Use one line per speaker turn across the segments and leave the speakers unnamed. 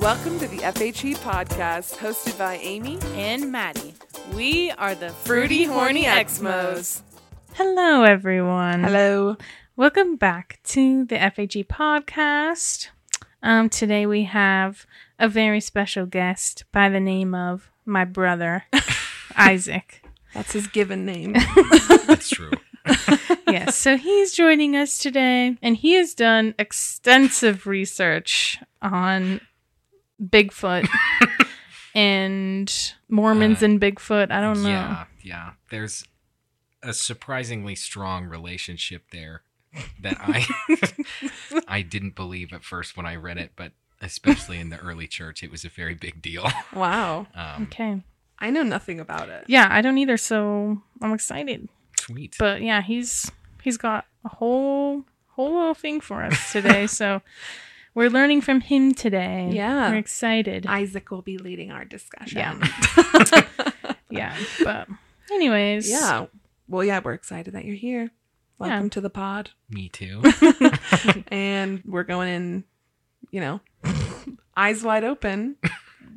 Welcome to the FHE podcast hosted by Amy.
and Maddie. We are the
Fruity Horny Exmos.
Hello, everyone.
Hello.
Welcome back to the FAG podcast. Um, today we have a very special guest by the name of my brother, Isaac.
That's his given name.
That's true.
Yes, so he's joining us today, and he has done extensive research on Bigfoot and Mormons
Uh,
and Bigfoot. I don't know.
Yeah, Uh, yeah. There's a surprisingly strong relationship there that I I didn't believe at first when I read it, but especially in the early church, it was a very big deal.
wow.
Um,
Okay.
I know nothing about it.
Yeah, I don't either, so I'm excited.
Sweet.
But yeah, he's he's got a whole whole little thing for us today. so we're learning from him today.
Yeah.
We're excited.
Isaac will be leading our discussion.
Yeah. yeah. But anyways.
yeah. Well, yeah, we're excited that you're here. Welcome
Yeah.
to the pod.
Me too.
and we're going in, you know, eyes wide open.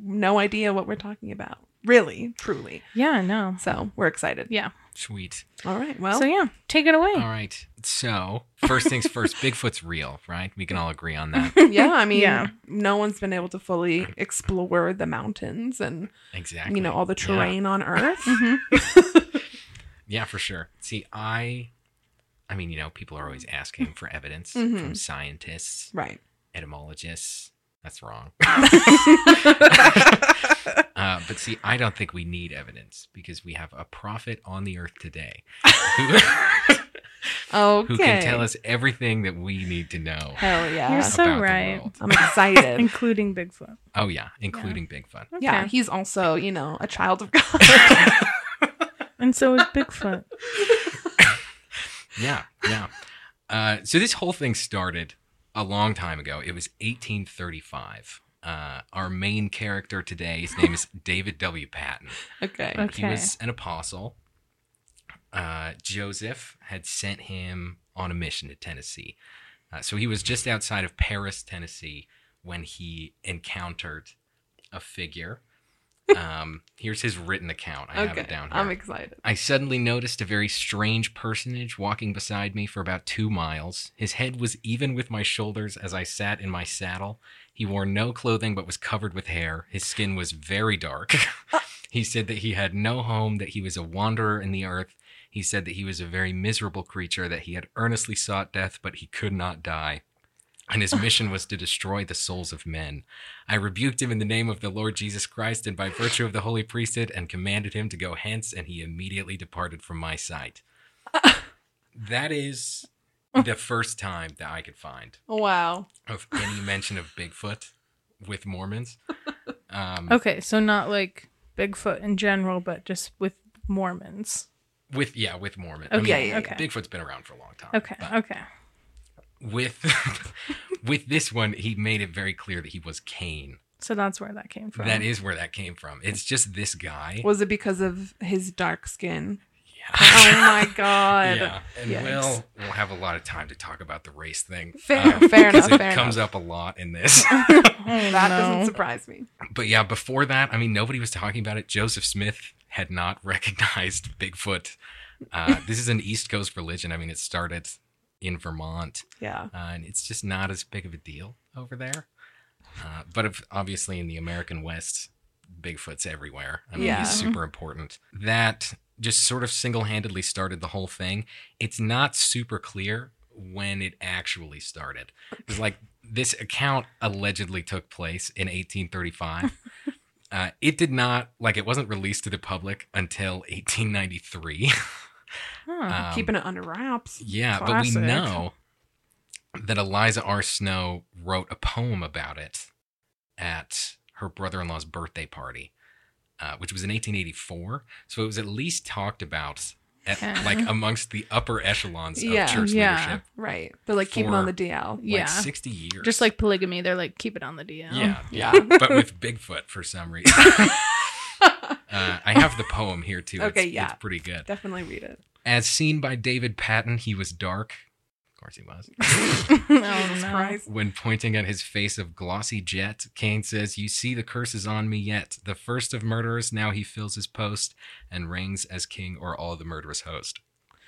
No idea what we're talking about. Really, truly.
Yeah, no.
So we're excited.
Yeah.
Sweet.
All right. Well,
so yeah, take it away.
All right. So first things first, Bigfoot's real, right? We can all agree on that.
yeah, I mean,
Yeah.
no one's been able to fully explore the mountains and
Exactly.
you know all the
Yeah.
terrain on Earth.
Mhm.
Yeah, for sure. See, I I mean, you know, people are always asking for evidence
Mhm.
from scientists,
right.
etymologists. That's wrong. Uh, but see, I don't think we need evidence because we have a prophet on the earth today who,
okay.
who can tell us everything that we need to know
Hell yeah!
You're so
about
right.
the world.
I'm excited.
Including Bigfoot.
Oh yeah, including Bigfoot.
Okay.
Yeah, he's also you know a child of God.
And so is
Um,
Bigfoot.
Yeah, yeah. Uh, so this whole thing started a long time ago. It was 1835. Uh, our main character today, his name is David W. Patton.
okay.
He
Okay.
was an apostle. Uh, Joseph had sent him on a mission to Tennessee. Uh, so he was just outside of Paris, Tennessee, when he encountered a figure. Um, here's his written account. I have
Okay.
it down here.
I'm excited.
I suddenly noticed a very strange personage walking beside me for about two miles. His head was even with my shoulders as I sat in my saddle. He wore no clothing but was covered with hair. His skin was very dark. he said that he had no home, that he was a wanderer in the earth. He said that he was a very miserable creature, that he had earnestly sought death, but he could not die. And his mission was to destroy the souls of men. I rebuked him in the name of the Lord Jesus Christ and by virtue of the holy priesthood and commanded him to go hence, and he immediately departed from my sight. that is the first time that I could find
Wow.
of any mention of Bigfoot with Mormons. Um,
Okay, so not like Bigfoot in general, but just with Mormons.
With, yeah, with Mormon. I mean,
Okay,
yeah, yeah.
okay.
Bigfoot's been around for a long time.
Okay,
but
okay.
With, with this one, he made it very clear that he was Cain.
So that's where that came from.
That is where that came from. It's just this guy.
Was it because of his dark skin?
Yeah.
Oh my god.
Yeah, and
uh, Yikes.
we'll we'll have a lot of time to talk about the race thing.
Fair-
um,
fair
'cause
enough,
It
fair
comes
enough.
up a lot in this.
That
that
doesn't surprise me.
but yeah, before that, I mean, nobody was talking about it. Joseph Smith had not recognized Bigfoot. Uh, this is an East Coast religion. I mean, it started in Vermont,
Yeah.
uh, and it's just not as big of a deal over there. Uh, but if, obviously, in the American West, Bigfoot's everywhere. I mean,
Yeah.
he's super important. That just sort of single handedly started the whole thing. It's not super clear when it actually started. It's like this account allegedly took place in 1835. Uh, it did not like it wasn't released to the public until 1893. Um,
Keeping Uh-huh. it under wraps.
yeah, but
Classic.
we know that Eliza R. Snow wrote a poem about it at her brother in law's birthday party, uh, which was in 1884. So it was at least talked about. At,
Okay.
like amongst the upper echelons of
Yeah.
church
Yeah.
leadership,
Right. But like keeping
For-
on the DL.
like
Yeah.
60 years.
Just like polygamy, they're like, keep it on the DL.
yeah,
uh, Yeah.
yeah, but with Bigfoot for some reason. uh, I have the poem here too. It's-
Okay, yeah.
it's pretty good.
Definitely read it.
As seen by David Patton, he was dark, course he was.
oh,
Jesus
no.
Christ.
When pointing at his face of glossy jet, Cain says, You see, the curse is on me yet. The first of murderers, now he fills his post and reigns as king or all the murderous host.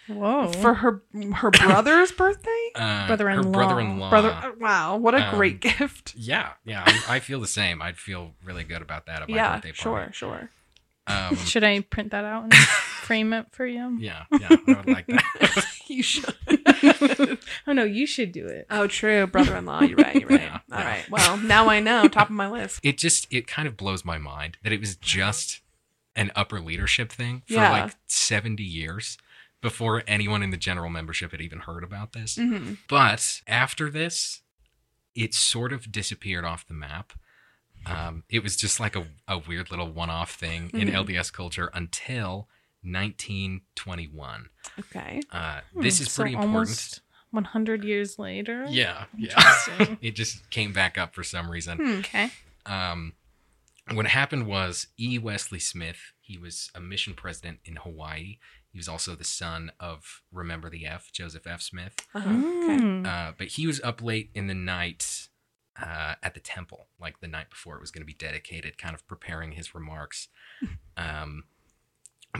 Whoa.
For her her brother's birthday?
Uh,
Brother-in-law.
Her brother in law.
Brother, uh, wow, what a
Um,
great gift.
yeah, yeah. I, I feel the same. I'd feel really good about that at my
Yeah,
birthday
sure,
party.
sure.
Um,
Should I print that out and frame it for you?
yeah, yeah. I would like that.
You should.
Oh no, you should do
Uh,
it.
Oh, true, brother-in-law. You're right. You're right.
Yeah,
All
yeah.
right. Well, now I know. Top of my list.
it just it kind of blows my mind that it was just an upper leadership thing for
Yeah.
like 70 years before anyone in the general membership had even heard about this
hmm
but after this it sort of disappeared off the map um, it was just like a, a weird little one-off thing in
Mhm.
Hmm.
lds culture until 1921
Okay.
uh, this
Hmm,
is
so
pretty important
almost 100 years later.
yeah yeah
Interesting.
it just came back up for some reason
Hmm,
okay.
um, what happened was E. Wesley Smith, he was a mission president in Hawaii. He was also the son of, remember the F, Joseph F. Smith.
Uh-huh. Okay.
Mm.
Uh, but he was up late in the night uh, at the temple, like the night before it was going to be dedicated, kind of preparing his remarks. Um,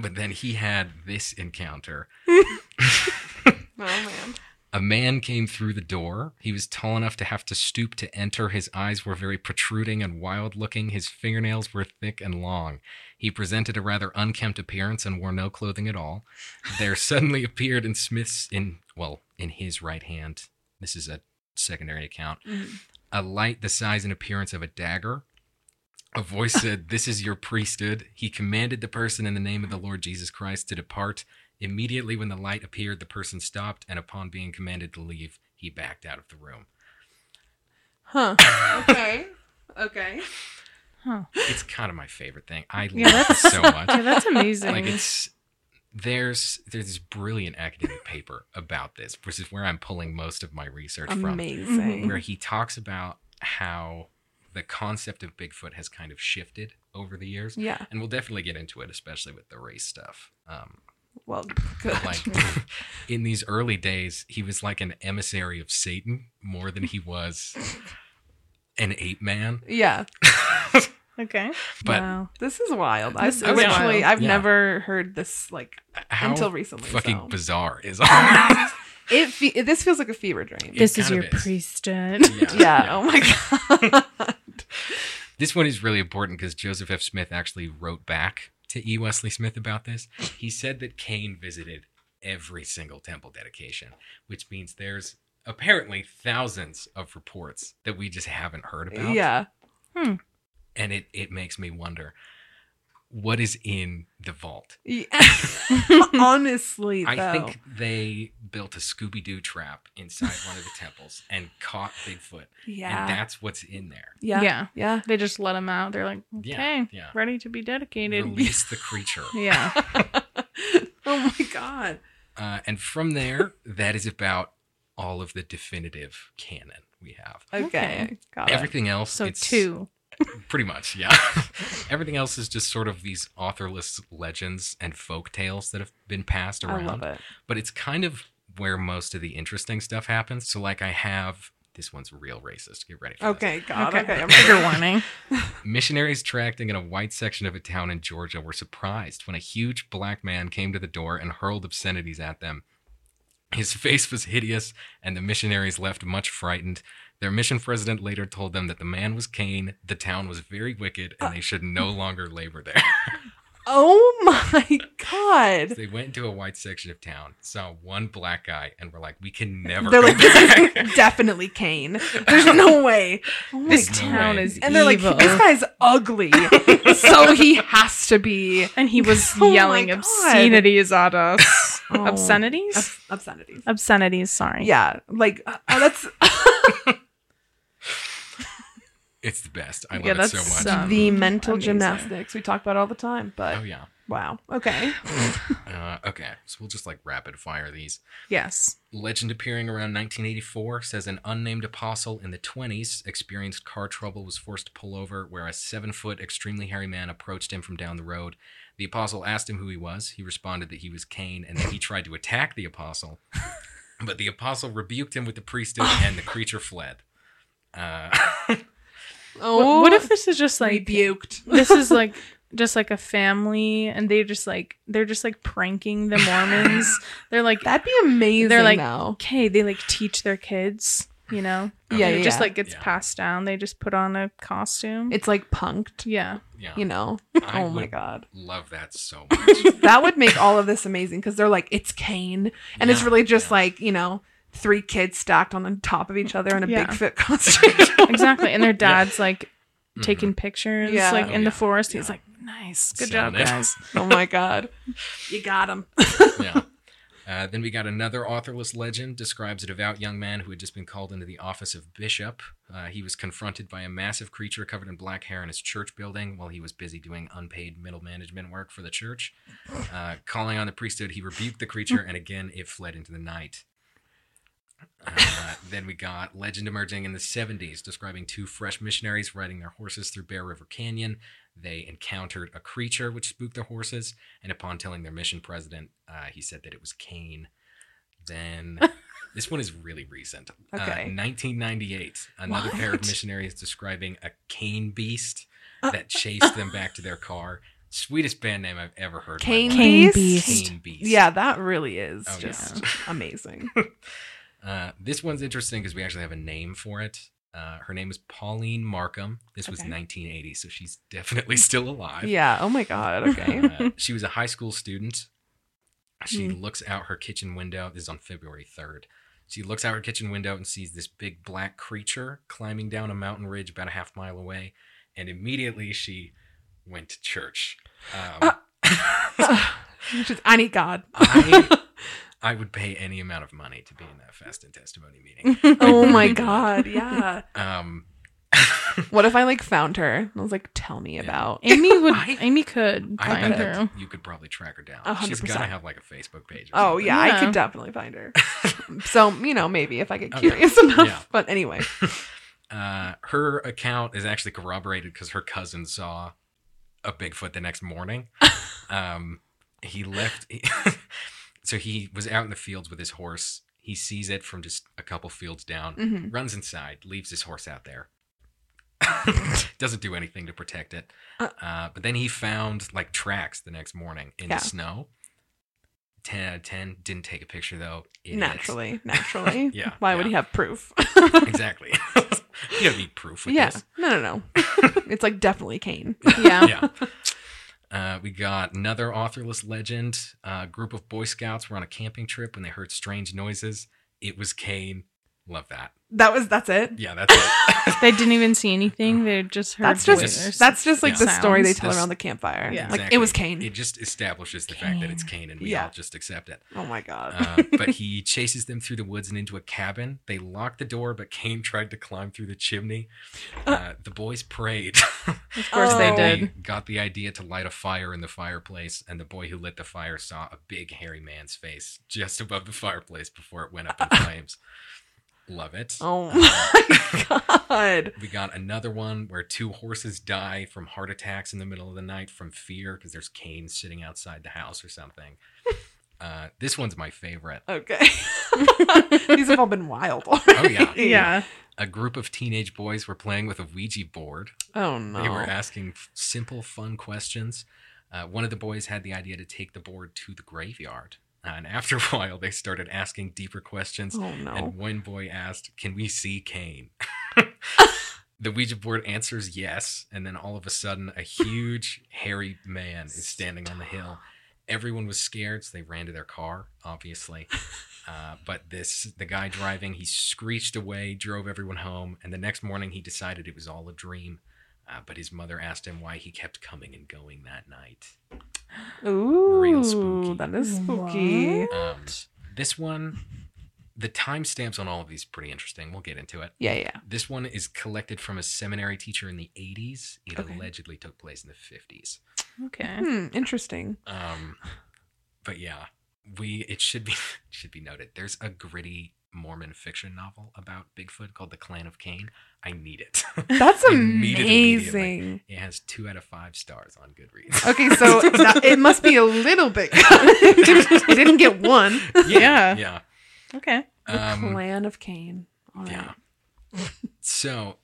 but then he had this encounter.
Oh man.
A man came through the door. He was tall enough to have to stoop to enter. His eyes were very protruding and wild looking. His fingernails were thick and long. He presented a rather unkempt appearance and wore no clothing at all. There suddenly appeared in Smith's in well, in his right hand. This is a secondary account.
Mhm.
A light the size and appearance of a dagger. A voice said, This is your priesthood. He commanded the person in the name of the Lord Jesus Christ to depart. Immediately when the light appeared, the person stopped, and upon being commanded to leave, he backed out of the room.
Huh. Okay. Okay.
Huh.
It's kind of my favorite thing. I
Yeah,
love it
that's-
so much.
Yeah, that's amazing.
Like it's there's there's this brilliant academic paper about this, which is where I'm pulling most of my research from.
Amazing.
where he talks about how the concept of Bigfoot has kind of shifted over the years.
Yeah.
And we'll definitely get into it, especially with the race stuff. Um,
Well, good.
but like in these early days, he was like an emissary of Satan more than he was an ape man.
yeah.
okay.
But-
wow.
This is wild.
This
I
is
literally
wild.
I've
Yeah.
never heard this like
How
until recently.
fucking
so.
bizarre is all that?
it, fe- it this feels like a fever dream.
It
This is
kind
your
of is.
priesthood.
yeah. Oh my god.
This one is really important because Joseph F. Smith actually wrote back to E. Wesley Smith about this. He said that Cain visited every single temple dedication, which means there's apparently thousands of reports that we just haven't heard about.
yeah.
And it, it makes me wonder what is in the vault?
yeah. Honestly, though.
I think they built a Scooby Doo trap inside one of the temples and caught Bigfoot. And
yeah.
that's what's in there.
Yeah. Yeah.
Yeah. They just let him out. They're like, okay,
Yeah, yeah.
ready to be dedicated.
Release the creature.
Yeah.
oh my god.
Uh, and from there, that is about all of the definitive canon we have.
Okay.
Okay.
Got it.
Everything else,
So
it's
two.
pretty much, yeah. Everything else is just sort of these authorless legends and folk tales that have been passed
I
around.
love it.
But it's kind of where most of the interesting stuff happens. So, like, I have this one's real racist. Get ready. For this.
Okay, God.
okay.
Okay. I'm
Trigger warning.
Missionaries tracting in a white section of a town in Georgia were surprised when a huge black man came to the door and hurled obscenities at them. His face was hideous, and the missionaries left much frightened. Their mission president later told them that the man was Cain, the town was very wicked, and they should no longer labor there.
Oh my god.
they went into a white section of town, saw one black guy, and were like, "We can never."
They're
go
like,
back."
this is definitely Kane. There's no way. Oh my
This
God.
town
way.
is
and they're
evil.
like, this guy's ugly, so he has to be
and he was
Oh my
yelling
God.
obscenities at us.
Oh.
Obscenities?
Obs- obscenities.
obscenities, sorry.
Yeah, like uh, uh, that's
it's the best. I love
Yeah,
it so
that's,
much.
um,
the mental
amazing.
gymnastics we talk about all the time. But
oh yeah.
wow, okay,
Uh, okay, so we'll just like rapid fire these.
Yes.
Legend appearing around 1984 says an unnamed apostle in the 20s experienced car trouble, was forced to pull over, where a seven foot, extremely hairy man approached him from down the road. The apostle asked him who he was. He responded that he was Cain and that he tried to attack the apostle. But the apostle rebuked him with the priesthood, and the creature fled. Uh,
Oh,
Wh- what if this is just like
rebuked?
this is like just like a family and they just like they're just like pranking the Mormons. they're like
That'd be amazing.
They're like-
though.
okay, they like teach their kids, you know.
yeah,
And
yeah.
it just like gets
Yeah.
passed down. They just put on a costume.
it's like punked.
yeah.
yeah,
You know.
I
oh my
would
god,
love that so much.
that would make all of this amazing because they're like it's Cain, and it's
Yeah,
really just
yeah.
like you know three kids stacked on the top of each other in a
Yeah.
Bigfoot costume.
Exactly. And their dad's like taking pictures
Yeah.
like
Mm-hmm. Oh,
in the
yeah.
forest. He's
Yeah.
like, "Nice. Good
Sound
job,
it.
guys."
oh my god, you got him.
yeah. Uh, then we got another authorless legend describes a devout young man who had just been called into the office of bishop. Uh, he was confronted by a massive creature covered in black hair in his church building while he was busy doing unpaid middle management work for the church. Uh, calling on the priesthood, he rebuked the creature, and again it fled into the night. Uh, then we got legend emerging in the 70s describing two fresh missionaries riding their horses through Bear River Canyon. They encountered a creature which spooked their horses, and upon telling their mission president, uh, he said that it was Cain. Then this one is really recent. Uh,
Okay.
1998. Another pair of
What? Uh,
missionaries describing a Cain beast that chased them back to their car. Sweetest band name I've ever heard. in my
Cain
life.
Cain
Beast.
Beast.
Cain beast.
Yeah, that really is
Oh, yeah.
just amazing.
Uh, this one's interesting because we actually have a name for it. Uh, her name is Pauline Markham. This was
Okay.
1980, so she's definitely still alive.
Yeah. Oh my god. Okay.
Uh, she was a high school student.
Hmm.
She looks out her kitchen window. This is on February 3rd. She looks out her kitchen window and sees this big black creature climbing down a mountain ridge about a half mile away. And immediately she went to church. Um,
Uh, Just, I need God.
I, I would pay any amount of money to be in that fast and testimony meeting.
Oh my god. Yeah.
Um,
What if I like found her? and I was like, tell me about.
Amy would
I-
Amy could
I
find
bet
her.
that you could probably track her down.
A hundred
She's got to
percent.
have like a Facebook page. or
Oh
something.
yeah, I
Yeah.
could definitely find her. so you know, maybe if I get
Okay.
curious enough.
Yeah.
But anyway,
Uh, her account is actually corroborated because her cousin saw a Bigfoot the next morning. um, he left. so he was out in the fields with his horse. He sees it from just a couple fields down,
Mhm.
runs inside, leaves his horse out there. Doesn't do anything to protect it.
Uh.
Uh, but then he found like tracks the next morning in
Yeah.
the snow. 10 out of 10. Didn't take a picture though. Idiot.
naturally, naturally.
Yeah,
Why
yeah.
would he have proof?
exactly. you don't need proof with
yeah.
this.
No, no, no. it's like definitely Kane.
yeah.
Yeah. Uh, we got another authorless legend. A group of Boy Scouts were on a camping trip when they heard strange noises. It was Kane. Love that.
That was. That's it.
Yeah, that's it.
They didn't even see anything. They just heard
That's just
voices.
that's just like
Yeah.
the story they
Sounds.
tell
That's-
around the campfire.
Yeah.
Like it was Kane.
Exactly. It just establishes the fact that it's Kane, and we
Yeah.
all just accept it.
oh my god.
Uh, but he chases them through the woods and into a cabin. They locked the door, but Kane tried to climb through the chimney. Uh, the boys prayed.
of course
Oh.
they
They
did.
got the idea to light a fire in the fireplace, and the boy who lit the fire saw a big hairy man's face just above the fireplace before it went up in flames. Love it.
oh
uh,
my god.
We got another one where two horses die from heart attacks in the middle of the night from fear because there's canes sitting outside the house or something. Uh, this one's my favorite.
Okay. These have all been wild.
Oh, yeah.
already.
Yeah.
A group of teenage boys were playing with a Ouija board
Oh
They were
no.
asking f- simple, fun questions. Uh, one of the boys had the idea to take the board to the graveyard. Uh, And after a while, they started asking deeper questions.
Oh no.
And one boy asked, Can we see Kane? the Ouija board answers yes. And then all of a sudden, a huge, hairy man is standing on the hill. Everyone was scared, so they ran to their car, obviously. Uh, but this, the guy driving, he screeched away, drove everyone home. And the next morning, he decided it was all a dream. Uh, but his mother asked him why he kept coming and going that night.
Ooh.
spooky.
That is spooky.
What?
Um, this one, the timestamps on all of these are pretty interesting. We'll get into it.
Yeah, yeah.
This one is collected from a seminary teacher in the 80s. It
Okay.
allegedly took place in the 50s.
Okay.
Hmm, interesting.
Um, but yeah, we it should be it should be noted. There's a gritty Mormon fiction novel about Bigfoot called The Clan of Cain. I need it.
That's
I need it
amazing.
it has two out of five stars on Goodreads.
Okay, so that, it must be a little bit. it didn't get one.
Yeah.
yeah.
Okay.
The
Um,
clan of Cain. All right.
yeah. so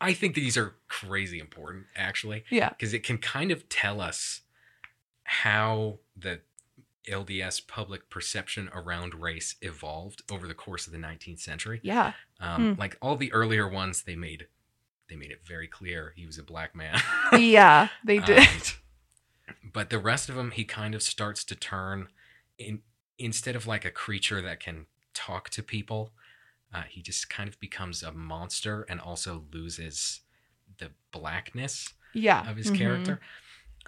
I think these are crazy important, actually,
Yeah.
because it can kind of tell us how the LDS public perception around race evolved over the course of the 19th century.
Yeah.
Um, Like all the earlier ones, they made they made it very clear he was a black man.
Yeah. They
Um,
did.
but the rest of them, he kind of starts to turn in instead of like a creature that can talk to people, uh, he just kind of becomes a monster and also loses the blackness
yeah.
of his
Mhm.
character.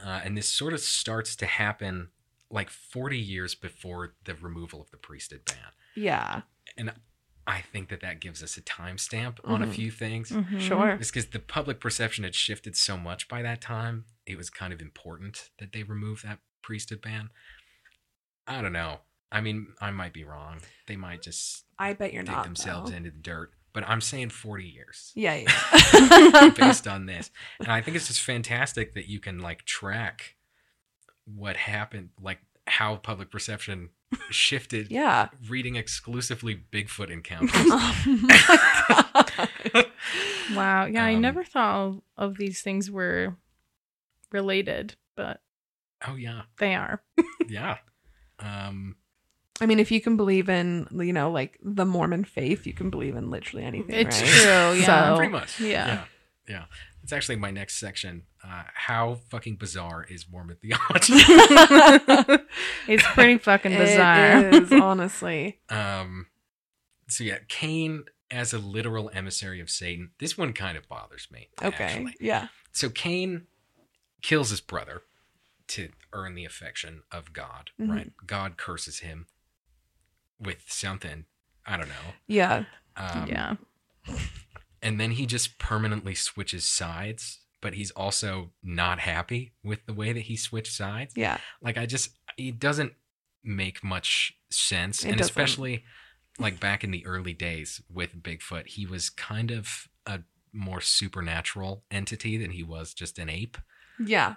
Uh, and this sort of starts to happen like 40 years before the removal of the priesthood ban.
Yeah.
I think that that gives us a timestamp on a
Mhm.
few things.
Mhm.
Sure.
It's because the public perception had shifted so much by that time. It was kind of important that they remove that priesthood ban. I don't know. I mean, I might be wrong. They might just
I bet you're
dig
not.
themselves
though.
into the dirt. But I'm saying 40 years
Yeah. Yeah.
based on this. And I think it's just fantastic that you can like track what happened, like how public perception shifted
yeah.
reading exclusively Bigfoot encounters.
Oh my God.
Wow. Yeah, I
Um,
never thought of, of these things were related, but
oh, yeah.
they are.
Yeah. Um,
I mean, if you can believe in, you know, like the Mormon faith, you can believe in literally anything,
It's
right?
true. Yeah.
So-
Pretty much.
Yeah.
Yeah. Yeah. It's actually my next section. Uh, how fucking bizarre is Mormon theology?
it's pretty fucking bizarre.
It is, honestly.
um, so yeah, Cain as a literal emissary of Satan. This one kind of bothers me.
Okay.
actually.
Yeah.
So Cain kills his brother to earn the affection of God.
Mhm.
Right. God curses him with something. I don't know.
Yeah.
Um,
yeah.
and then he just permanently switches sides but he's also not happy with the way that he switched sides
Yeah.
like i just it doesn't make much sense
It
and
doesn't.
especially like back in the early days with bigfoot he was kind of a more supernatural entity than he was just an ape
Yeah.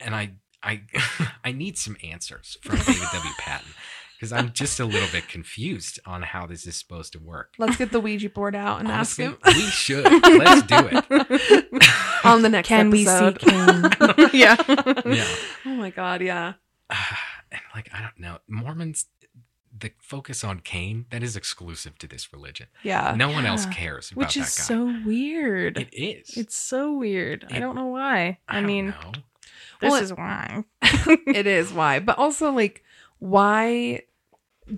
and i i i need some answers from david w patton because i'm just a little bit confused on how this is supposed to work
Let's get the Ouija board out and
Honestly,
ask him
we should let's do it
on the next episode.
Cain? yeah.
yeah
Oh my God. Yeah.
and like i don't know mormons the focus on cain that is exclusive to this religion
Uh, Yeah.
no one else
yeah.
cares about
Which
that
is
guy
so weird.
it is
it's so weird. I
It-
don't know why. I,
don't
mean,
know.
this
Well,
is why.
it is why. But also, like, why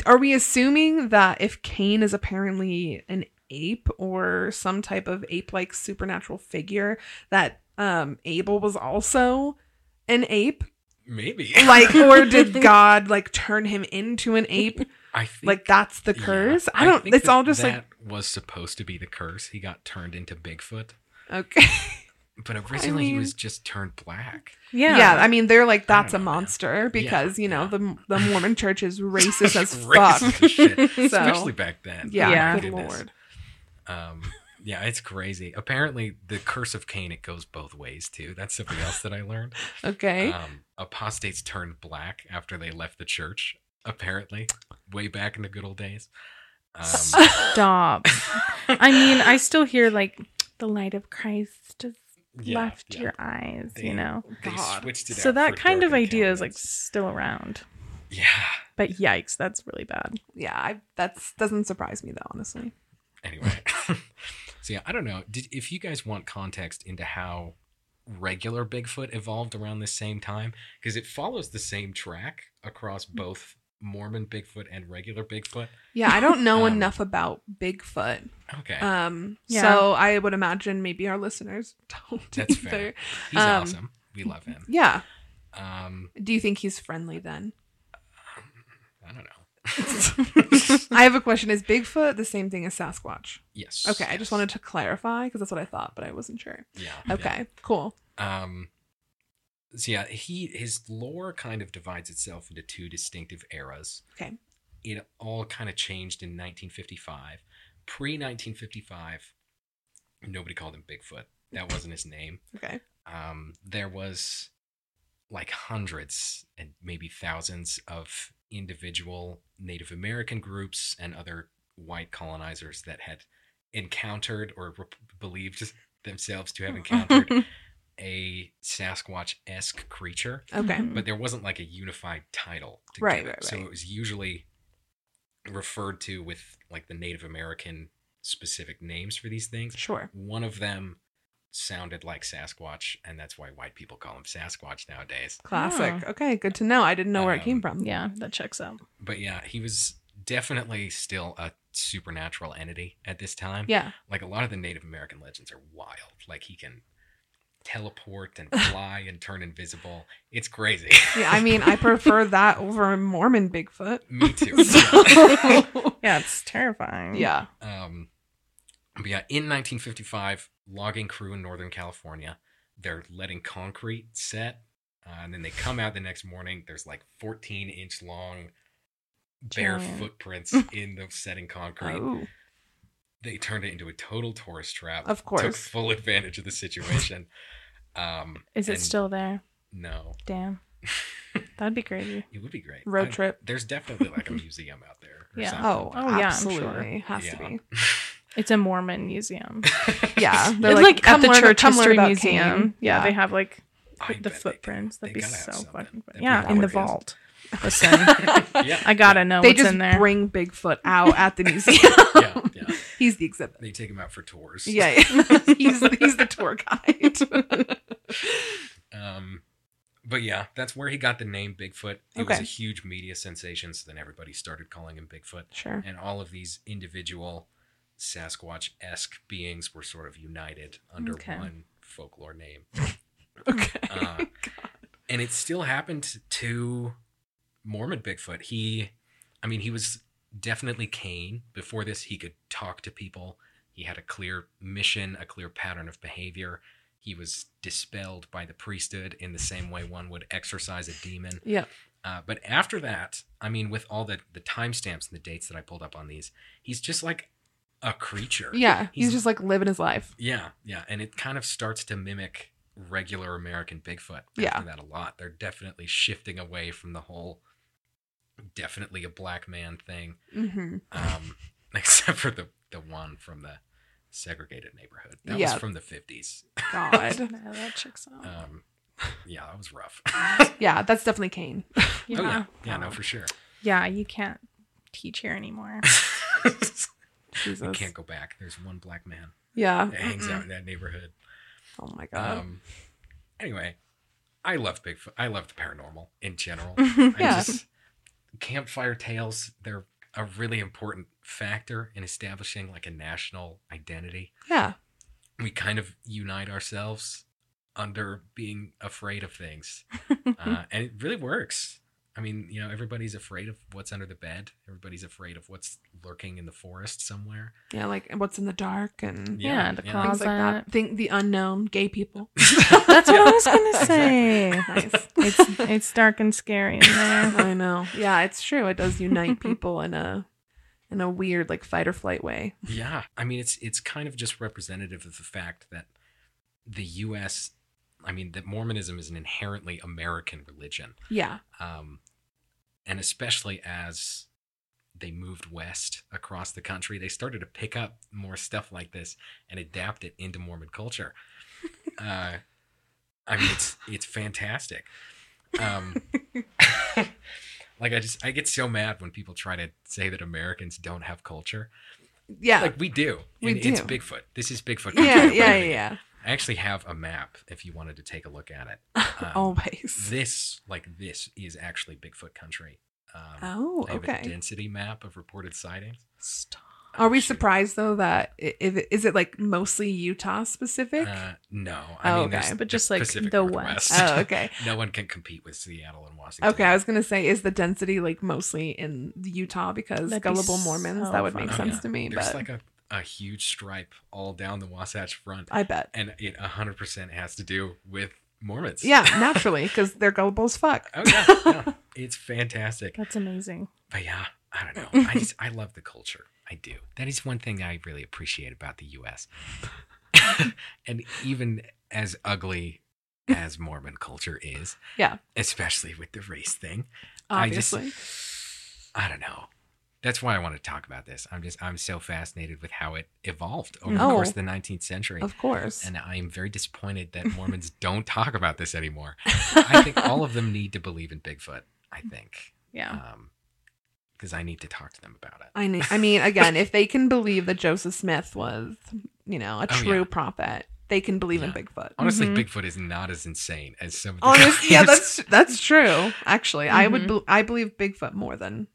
are we assuming that if Cain is apparently an ape or some type of ape-like supernatural figure, that um Abel was also an ape?
maybe
Like, or did God like turn him into an ape?
i think
Like that's the
yeah,
curse? I don't.
think
it's
that
all just
that was supposed to be the curse he got turned into bigfoot
like okay.
but originally he
mean-
was just turned black
Yeah.
Yeah.
I mean they're like
I don't
that's a
know, man.
monster because you know
yeah.
the the Mormon Church is racist as
Racist
fuck.
as shit.
So
especially back then
yeah,
Yeah.
good
Goodness.
lord.
Um, yeah, it's crazy. Apparently, the curse of Cain it goes both ways too. That's something else that I learned.
Okay.
Um, apostates turned black after they left the church. Apparently, way back in the good old days. Um,
Stop. I mean, I still hear like the light of Christ has
yeah,
left
yeah.
your eyes,
They-
you know.
They
God.
switched it
So
out
that
for
kind of
darkened
idea is like
countenance.
still around.
yeah.
But yikes, that's really bad.
yeah, I, that's doesn't surprise me though, honestly.
Anyway, so yeah, I don't know. Did, if you guys want context into how regular Bigfoot evolved around this same time, because it follows the same track across
Mm.
both Mormon Bigfoot and regular Bigfoot.
Yeah, I don't know
Um,
enough about Bigfoot.
Okay,
Um,
Yeah.
so I would imagine maybe our listeners don't.
That's
either.
fair. he's
um,
awesome. We love him.
Yeah.
Um,
Do you think he's friendly then?
I don't know.
I have a question. Is Bigfoot the same thing as Sasquatch?
Yes.
Okay, I just
yes.
wanted to clarify because that's what I thought, but I wasn't sure.
Yeah. yeah.
Okay, cool.
Um, so yeah, he his lore kind of divides itself into two distinctive eras.
Okay.
It all kind of changed in 1955. Pre 1955, nobody called him Bigfoot. That wasn't his name.
Okay.
Um, there was like hundreds and maybe thousands of individual Native American groups and other white colonizers that had encountered or re- believed themselves to have encountered a Sasquatch esque creature,
Okay.
Mhm.
but there wasn't like a unified title. To
Hmm. Right,
give it.
right,
So
right.
it was usually referred to with like the Native American specific names for these things
Sure.
one of them sounded like Sasquatch, and that's why white people call him Sasquatch nowadays.
Classic. Okay. Good to know. I didn't know where it came
Um,
from.
Yeah, that checks out.
But yeah, he was definitely still a supernatural entity at this time.
Yeah.
Like a lot of the Native American legends are wild. Like he can teleport and fly and turn invisible. It's crazy.
yeah. I mean, I prefer that over Mormon Bigfoot.
Me too.
So-
Yeah, it's terrifying.
yeah.
Um, but yeah, in 1955, logging crew in Northern California, they're letting concrete set, uh, and then they come out the next morning. There's like 14 inch long bare
Giant.
footprints in the setting concrete.
Oh.
They turned it into a total tourist trap.
Of
took
course.
full advantage of the situation. Um,
Is it
and
still there?
No,
Damn. That'd be crazy.
it would be great.
Road
I-
trip.
There's definitely like a museum out there. Or
Yeah.
something.
Oh,
Oh, yeah, I'm sure.
absolutely. Has to
Yeah.
be.
It's a Mormon museum.
Yeah. They're
It's like, at
"Come
the
learn-
church
come learn
history
about
museum.
Cain."
Yeah,
Yeah.
they have like
I
the
bet they-
footprints.
they
That'd be
gotta have
so
something.
fucking.
That'd be
Yeah, in the
hilarious.
vault. Listen,
Yeah,
I gotta know
They
what's
just
in there.
bring Bigfoot out at the museum.
yeah, yeah.
he's the exhibit.
They take him out for tours.
Yeah, he's he's the tour guide.
Um, but yeah, that's where he got the name Bigfoot. It was
Okay.
a huge media sensation, so then everybody started calling him Bigfoot.
sure.
And all of these individual Sasquatch esque beings were sort of united under
Okay.
one folklore name.
Okay.
Uh, and it still happened to Mormon Bigfoot. He, I mean, he was definitely Cain. Before this, he could talk to people. He had a clear mission, a clear pattern of behavior. He was dispelled by the priesthood in the same way one would exorcise a demon.
yeah.
Uh, but after that, I mean, with all the the timestamps and the dates that I pulled up on these, he's just like a creature.
Yeah. He's,
He's-
just like living his life.
Yeah, yeah, and it kind of starts to mimic regular American Bigfoot. After
Yeah.
that a lot. They're definitely shifting away from the whole definitely a black man thing,
Mm-hmm.
um, except for the the one from the segregated neighborhood. That
Yeah.
was from the fifties.
God.
Yeah, that checks out.
Um, yeah, that was rough.
yeah, that's definitely Kane.
yeah.
Oh yeah, yeah, no, for sure.
Yeah, you can't teach here anymore.
we
Jesus.
can't go back. There's one black man
Yeah.
that hangs out in that neighborhood.
Oh my god.
Um, anyway, I love Bigfoot. I love the paranormal in general.
Yeah.
I just campfire tales, they're a really important factor in establishing like a national identity.
yeah.
We kind of unite ourselves under being afraid of things. uh, and it really works. I mean, you know, everybody's afraid of what's under the bed. Everybody's afraid of what's lurking in the forest somewhere.
Yeah, like and what's in the dark and
Yeah, the closet.
things like that. Think the unknown, gay people.
That's what
Yeah.
I was gonna say.
nice.
It's it's dark and scary in there.
I know. Yeah, it's true. It does unite people in a in a weird like fight or flight way.
Yeah, I mean it's it's kind of just representative of the fact that the U.S. I mean that Mormonism is an inherently American religion,
Yeah.
um, and especially as they moved west across the country, they started to pick up more stuff like this and adapt it into Mormon culture. Uh, I mean, it's it's fantastic. Um, like I just I get so mad when people try to say that Americans don't have culture
Yeah.
like we do.
We
And It's
do.
Bigfoot. This is Bigfoot.
yeah,
country.
yeah, yeah, yeah.
I actually have a map if you wanted to take a look at it.
Oh,
Um,
Always.
This, like this, is actually Bigfoot country. Um,
Oh,
I have a
okay.
density map of reported sightings.
Stop. Are we
Shoot.
surprised though that i- if it, is it like mostly Utah specific?
Uh, no, I
Oh,
mean,
okay.
there's
But
the
just, like,
Pacific
the
Northwest.
oh, okay.
no one can compete with Seattle and Washington.
Okay, I was gonna say, is the density like mostly in Utah because
That'd be
gullible Mormons?
so
that would make sense
fun. Oh, Yeah.
to me,
There's
but
like a, a huge stripe all down the Wasatch Front,
I bet.
and it 100% has to do with Mormons.
Yeah, naturally, because they're gullible as fuck.
Oh, yeah. yeah. It's fantastic.
That's amazing.
But yeah, I don't know. I just I love the culture. I do. That is one thing I really appreciate about the US. and even as ugly as Mormon culture is,
Yeah.
especially with the race thing, I just-
Obviously,
I don't know. That's why I want to talk about this. I'm just I'm so fascinated with how it evolved over the
Oh.
course of the 19th century.
Of course.
And I am very disappointed that Mormons don't talk about this anymore. I think all of them need to believe in Bigfoot. I think,
Oh.
Yeah.
Um 'cause because I need to talk to them about it.
I mean, I mean, again, if they can believe that Joseph Smith was, you know, a
Oh,
true
yeah.
prophet, they can believe in
Yeah.
Bigfoot.
Honestly,
Mhm.
Bigfoot is not as insane as some of the
Honestly, Mm-hmm. yeah,
guys.
that's that's true. Actually, I would
Mhm.
bel I believe Bigfoot more than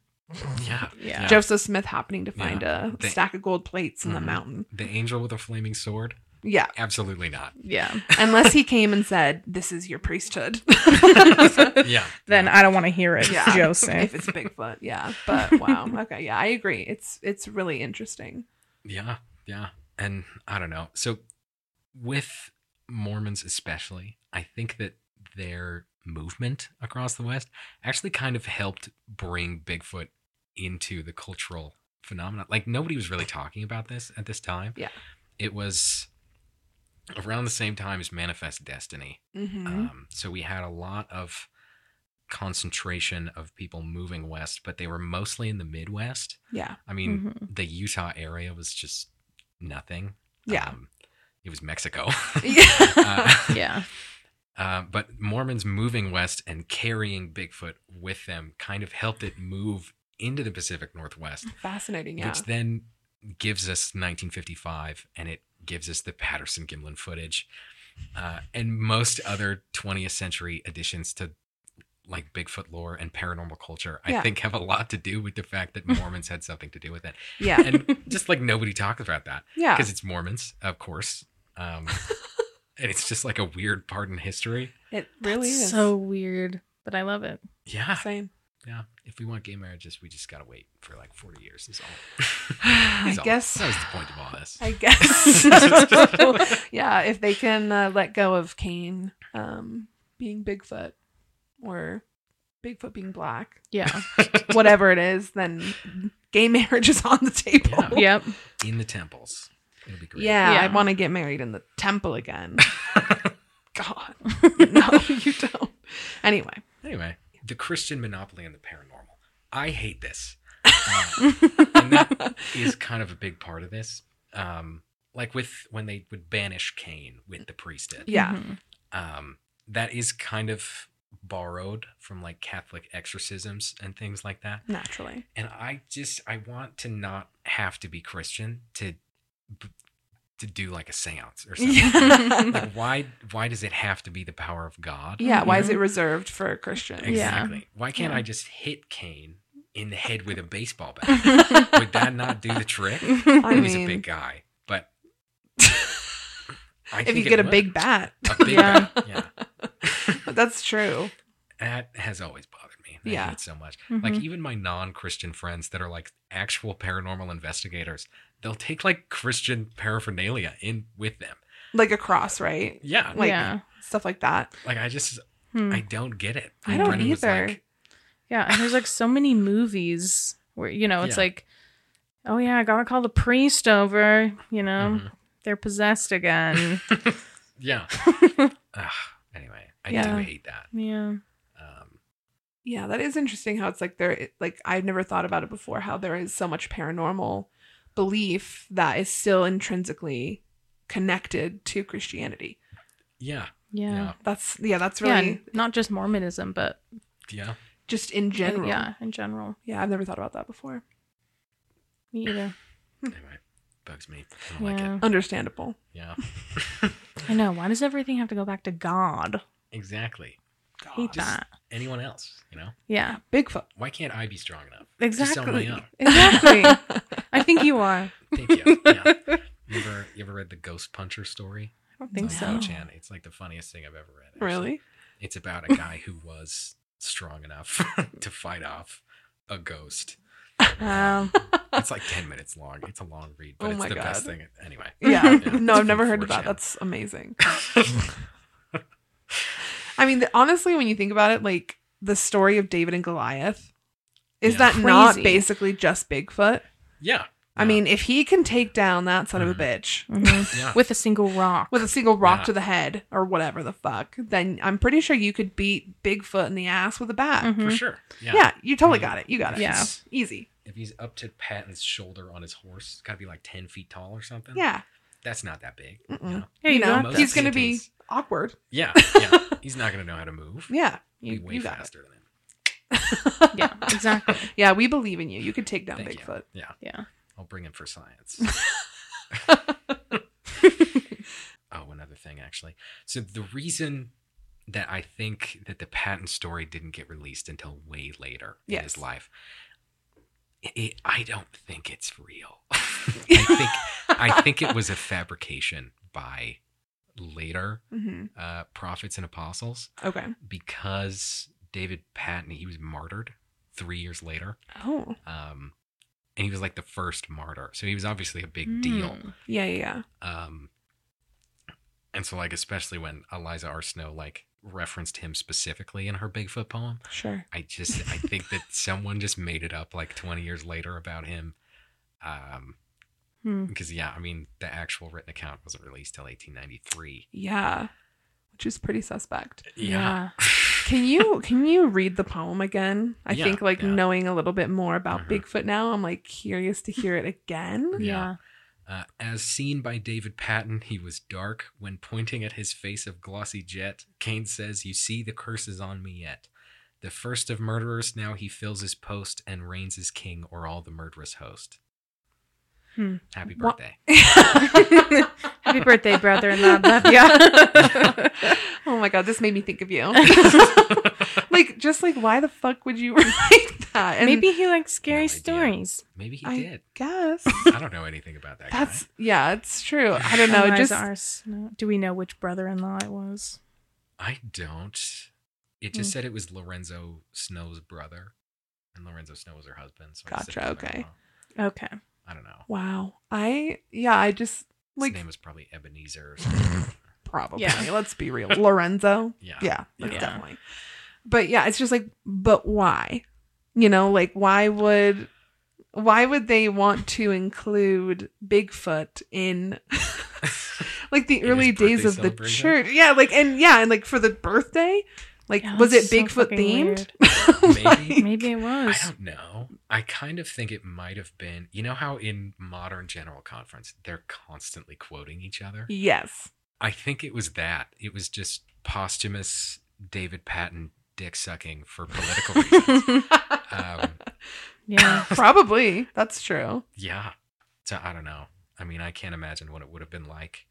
yeah.
Yeah.
Joseph Smith happening to find a
They-
stack of gold plates in
Mhm.
the mountain.
The angel with a flaming sword?
Yeah,
Absolutely not.
Yeah.
unless he came and said, "This is your priesthood."
Yeah.
Then
yeah.
I don't want to hear it,
Yeah. if
Joseph.
it's Bigfoot, yeah. But wow, okay, yeah, I agree. It's it's really interesting.
yeah, yeah. And I don't know. So with Mormons especially, I think that their movement across the West actually kind of helped bring Bigfoot into the cultural phenomenon. Like nobody was really talking about this at this time.
Yeah.
It was around the same time as Manifest Destiny.
hmm
Um, so we had a lot of concentration of people moving west, but they were mostly in the Midwest.
yeah,
I mean,
Mhm.
the Utah area was just nothing.
yeah,
Um, it was Mexico.
yeah.
Uh,
Yeah.
uh, but Mormons moving west and carrying Bigfoot with them kind of helped it move into the Pacific Northwest,
Fascinating. Yeah.
which then gives us 1955 and it gives us the Patterson Gimlin footage uh, and most other 20th century additions to like Bigfoot lore and paranormal culture, I
Yeah.
think have a lot to do with the fact that Mormons had something to do with it.
yeah.
And just like nobody talks about that
Yeah.
because it's Mormons, of course. Um, and it's just like a weird part in history.
It really
That's
is.
so weird, but I love it.
Yeah.
same.
Yeah. If we want gay marriages, we just got to wait for like 40 years. Is all.
I
Is all.
guess.
That was the point of all this.
I guess. yeah, if they can uh, let go of Kane um, being Bigfoot or Bigfoot being black,
Yeah.
whatever it is, then gay marriage is on the table.
Yeah.
yep.
in the temples. It'll be great.
Yeah, I
Yeah.
want to get married in the temple again. God. No, you don't. Anyway,
Anyway, the Christian monopoly and the paranormal. I hate this. Uh, and that is kind of a big part of this. Um, like with when they would banish Cain with the priesthood.
yeah.
Mhm.
um, that is kind of borrowed from like Catholic exorcisms and things like that.
Naturally.
And I just I want to not have to be Christian to b- to do like a séance or something.
Yeah.
Like why why does it have to be the power of God?
yeah, why is
Mm-hmm.
it reserved for Christians?
Exact-
Exactly. Why can't
Yeah.
I just hit Cain in the head with a baseball bat? Would that not do the trick?
Mm-hmm.
I
He's a
mean-
big guy, but I
If you
think it
get a
would.
big bat,
a big
Yeah.
bat, yeah.
that's true.
that has always bothered me. I
Yeah.
hate it so much.
Mm-hmm.
Mhm.
Like even my non-Christian friends that are like actual paranormal investigators, they'll take like Christian paraphernalia in with them.
Like a cross, right?
Yeah.
like-
yeah.
Stuff like that.
Like I just
Hmm.
I don't get it.
Mm. I
Like,
don't
Brendan was
either.
like,
Yeah, and there's like so many movies where you know it's
Yeah.
like, oh yeah, I gotta call the priest over. You know,
mhm.
they're possessed again.
Yeah. Ugh. Anyway, I
Yeah.
do hate that.
yeah,
Um,
Yeah, that is interesting how it's like there like I've never thought about it before how there is so much paranormal belief that is still intrinsically connected to Christianity.
yeah.
yeah,
Yeah.
That's yeah, that's
yeah.
really
and Not just Mormonism, but uh,
Yeah.
just in general. Yeah.
yeah, in general,
yeah, I've never thought about that before.
me either.
Anyway, bugs me. I don't like
Yeah.
it.
Understandable.
Yeah.
I know. Why does everything have to go back to God?
Exactly.
hate
Just
that.
anyone else, you know?
Yeah,
Bigfoot.
Why can't I be strong enough? Just on my
exactly.
own.
Exactly. I think you are.
Thank you. Yeah. You ever, you ever read the Ghost Puncher story?
I don't think
No.
so.
Chan. It's like the funniest thing I've ever read. actually.
Really?
It's about a guy who was strong enough to fight off a ghost.
Wow.
It's like 10 minutes long. It's a long read, but
Oh
it's
my
the best
God.
thing. Anyway.
Yeah.
Yeah,
no,
it's
I've never
from
heard of that.
4chan.
That's amazing. I mean, the, honestly, when you think about it, like the story of David and Goliath, is
Yeah.
that not
Crazy.
basically just Bigfoot?
yeah.
I mean, if he can take down that son of a bitch
Mhm.
Yeah.
with a single rock.
with a single rock
Yeah.
to the head or whatever the fuck, then I'm pretty sure you could beat Bigfoot in the ass with a bat.
Mhm.
For sure. Yeah.
Yeah. you totally got it. You got it.
Yeah.
Easy.
If he's up to Patton's shoulder on his horse, it's got to be like 10 feet tall or something.
Yeah.
That's not that big.
Mm-mm.
You know?
Yeah, you
you know,
got
that.
he's going to be awkward.
Yeah. Yeah. he's not going to know how to move.
Yeah.
He'll
You,
be way
you got
faster than him.
it.
yeah, exactly.
Yeah, we believe in you. You could take down
Thank you.
Bigfoot.
Yeah.
Yeah.
I'll bring him for science. oh, another thing, actually. So the reason that I think that the patent story didn't get released until way later in
Yes.
his life, i i I don't think it's real. I think I think it was a fabrication by later
hmm
uh, prophets and apostles
Okay.
because David Patton he was martyred three years later,
Oh.
um, and he was like the first martyr, so he was obviously a big deal.
Mm.
Yeah, yeah, yeah.
Um, and so, like, especially when Eliza R. Snow like referenced him specifically in her Bigfoot poem,
Sure.
I just I think that someone just made it up like 20 years later about him. Um,
Hmm.
because yeah, I mean, the actual written account wasn't released till 1893.
Yeah. Which is pretty suspect.
Yeah.
Can you can you read the poem again? I
Yeah,
think like
yeah.
knowing a little bit more about
Mhm.
Bigfoot now, I'm like curious to hear it again.
Yeah. Uh, as seen by David Patton, he was dark. When pointing at his face of glossy jet, Kane says, You see, the curse is on me yet. The first of murderers, now he fills his post and reigns as king or all the murderous host.
Hmm.
Happy
Wha-
birthday.
Yeah. Happy birthday, brother in law. Love ya.
oh my god, this made me think of you. like just like why the fuck would you write that? And
Maybe he likes scary
No idea.
stories.
Maybe he
I
did.
guess
I don't know anything about that
that's
guy.
yeah, it's true. I don't know.
Eliza
Just
R. Snow- Do we know which brother in law it was?
I don't. It just
Hmm.
said it was Lorenzo Snow's brother. And Lorenzo Snow was her husband. So I just said
Gotcha,
his
okay.
brother-in-law.
Okay.
I don't know.
wow. I yeah, I just
his
like
name was probably Ebenezer or something.
probably.
Yeah.
Let's be real. Lorenzo.
yeah.
Yeah, that's
Yeah.
definitely. But yeah, it's just like, but why? You know, like why would why would they want to include Bigfoot in like the
In his
early days
birthday
of the
celebration?
church? Yeah, like and yeah, and like for the birthday, like
Yeah,
was it
that's so
Bigfoot
fucking
themed?
Maybe.
Like,
Maybe it was.
I don't know. I kind of think it might have been. You know how in modern general conference they're constantly quoting each other?
yes.
I think it was that. It was just posthumous David Patton dick sucking for political reasons. um,
Yeah.
Probably. That's true.
yeah. So I don't know. I mean, I can't imagine what it would have been like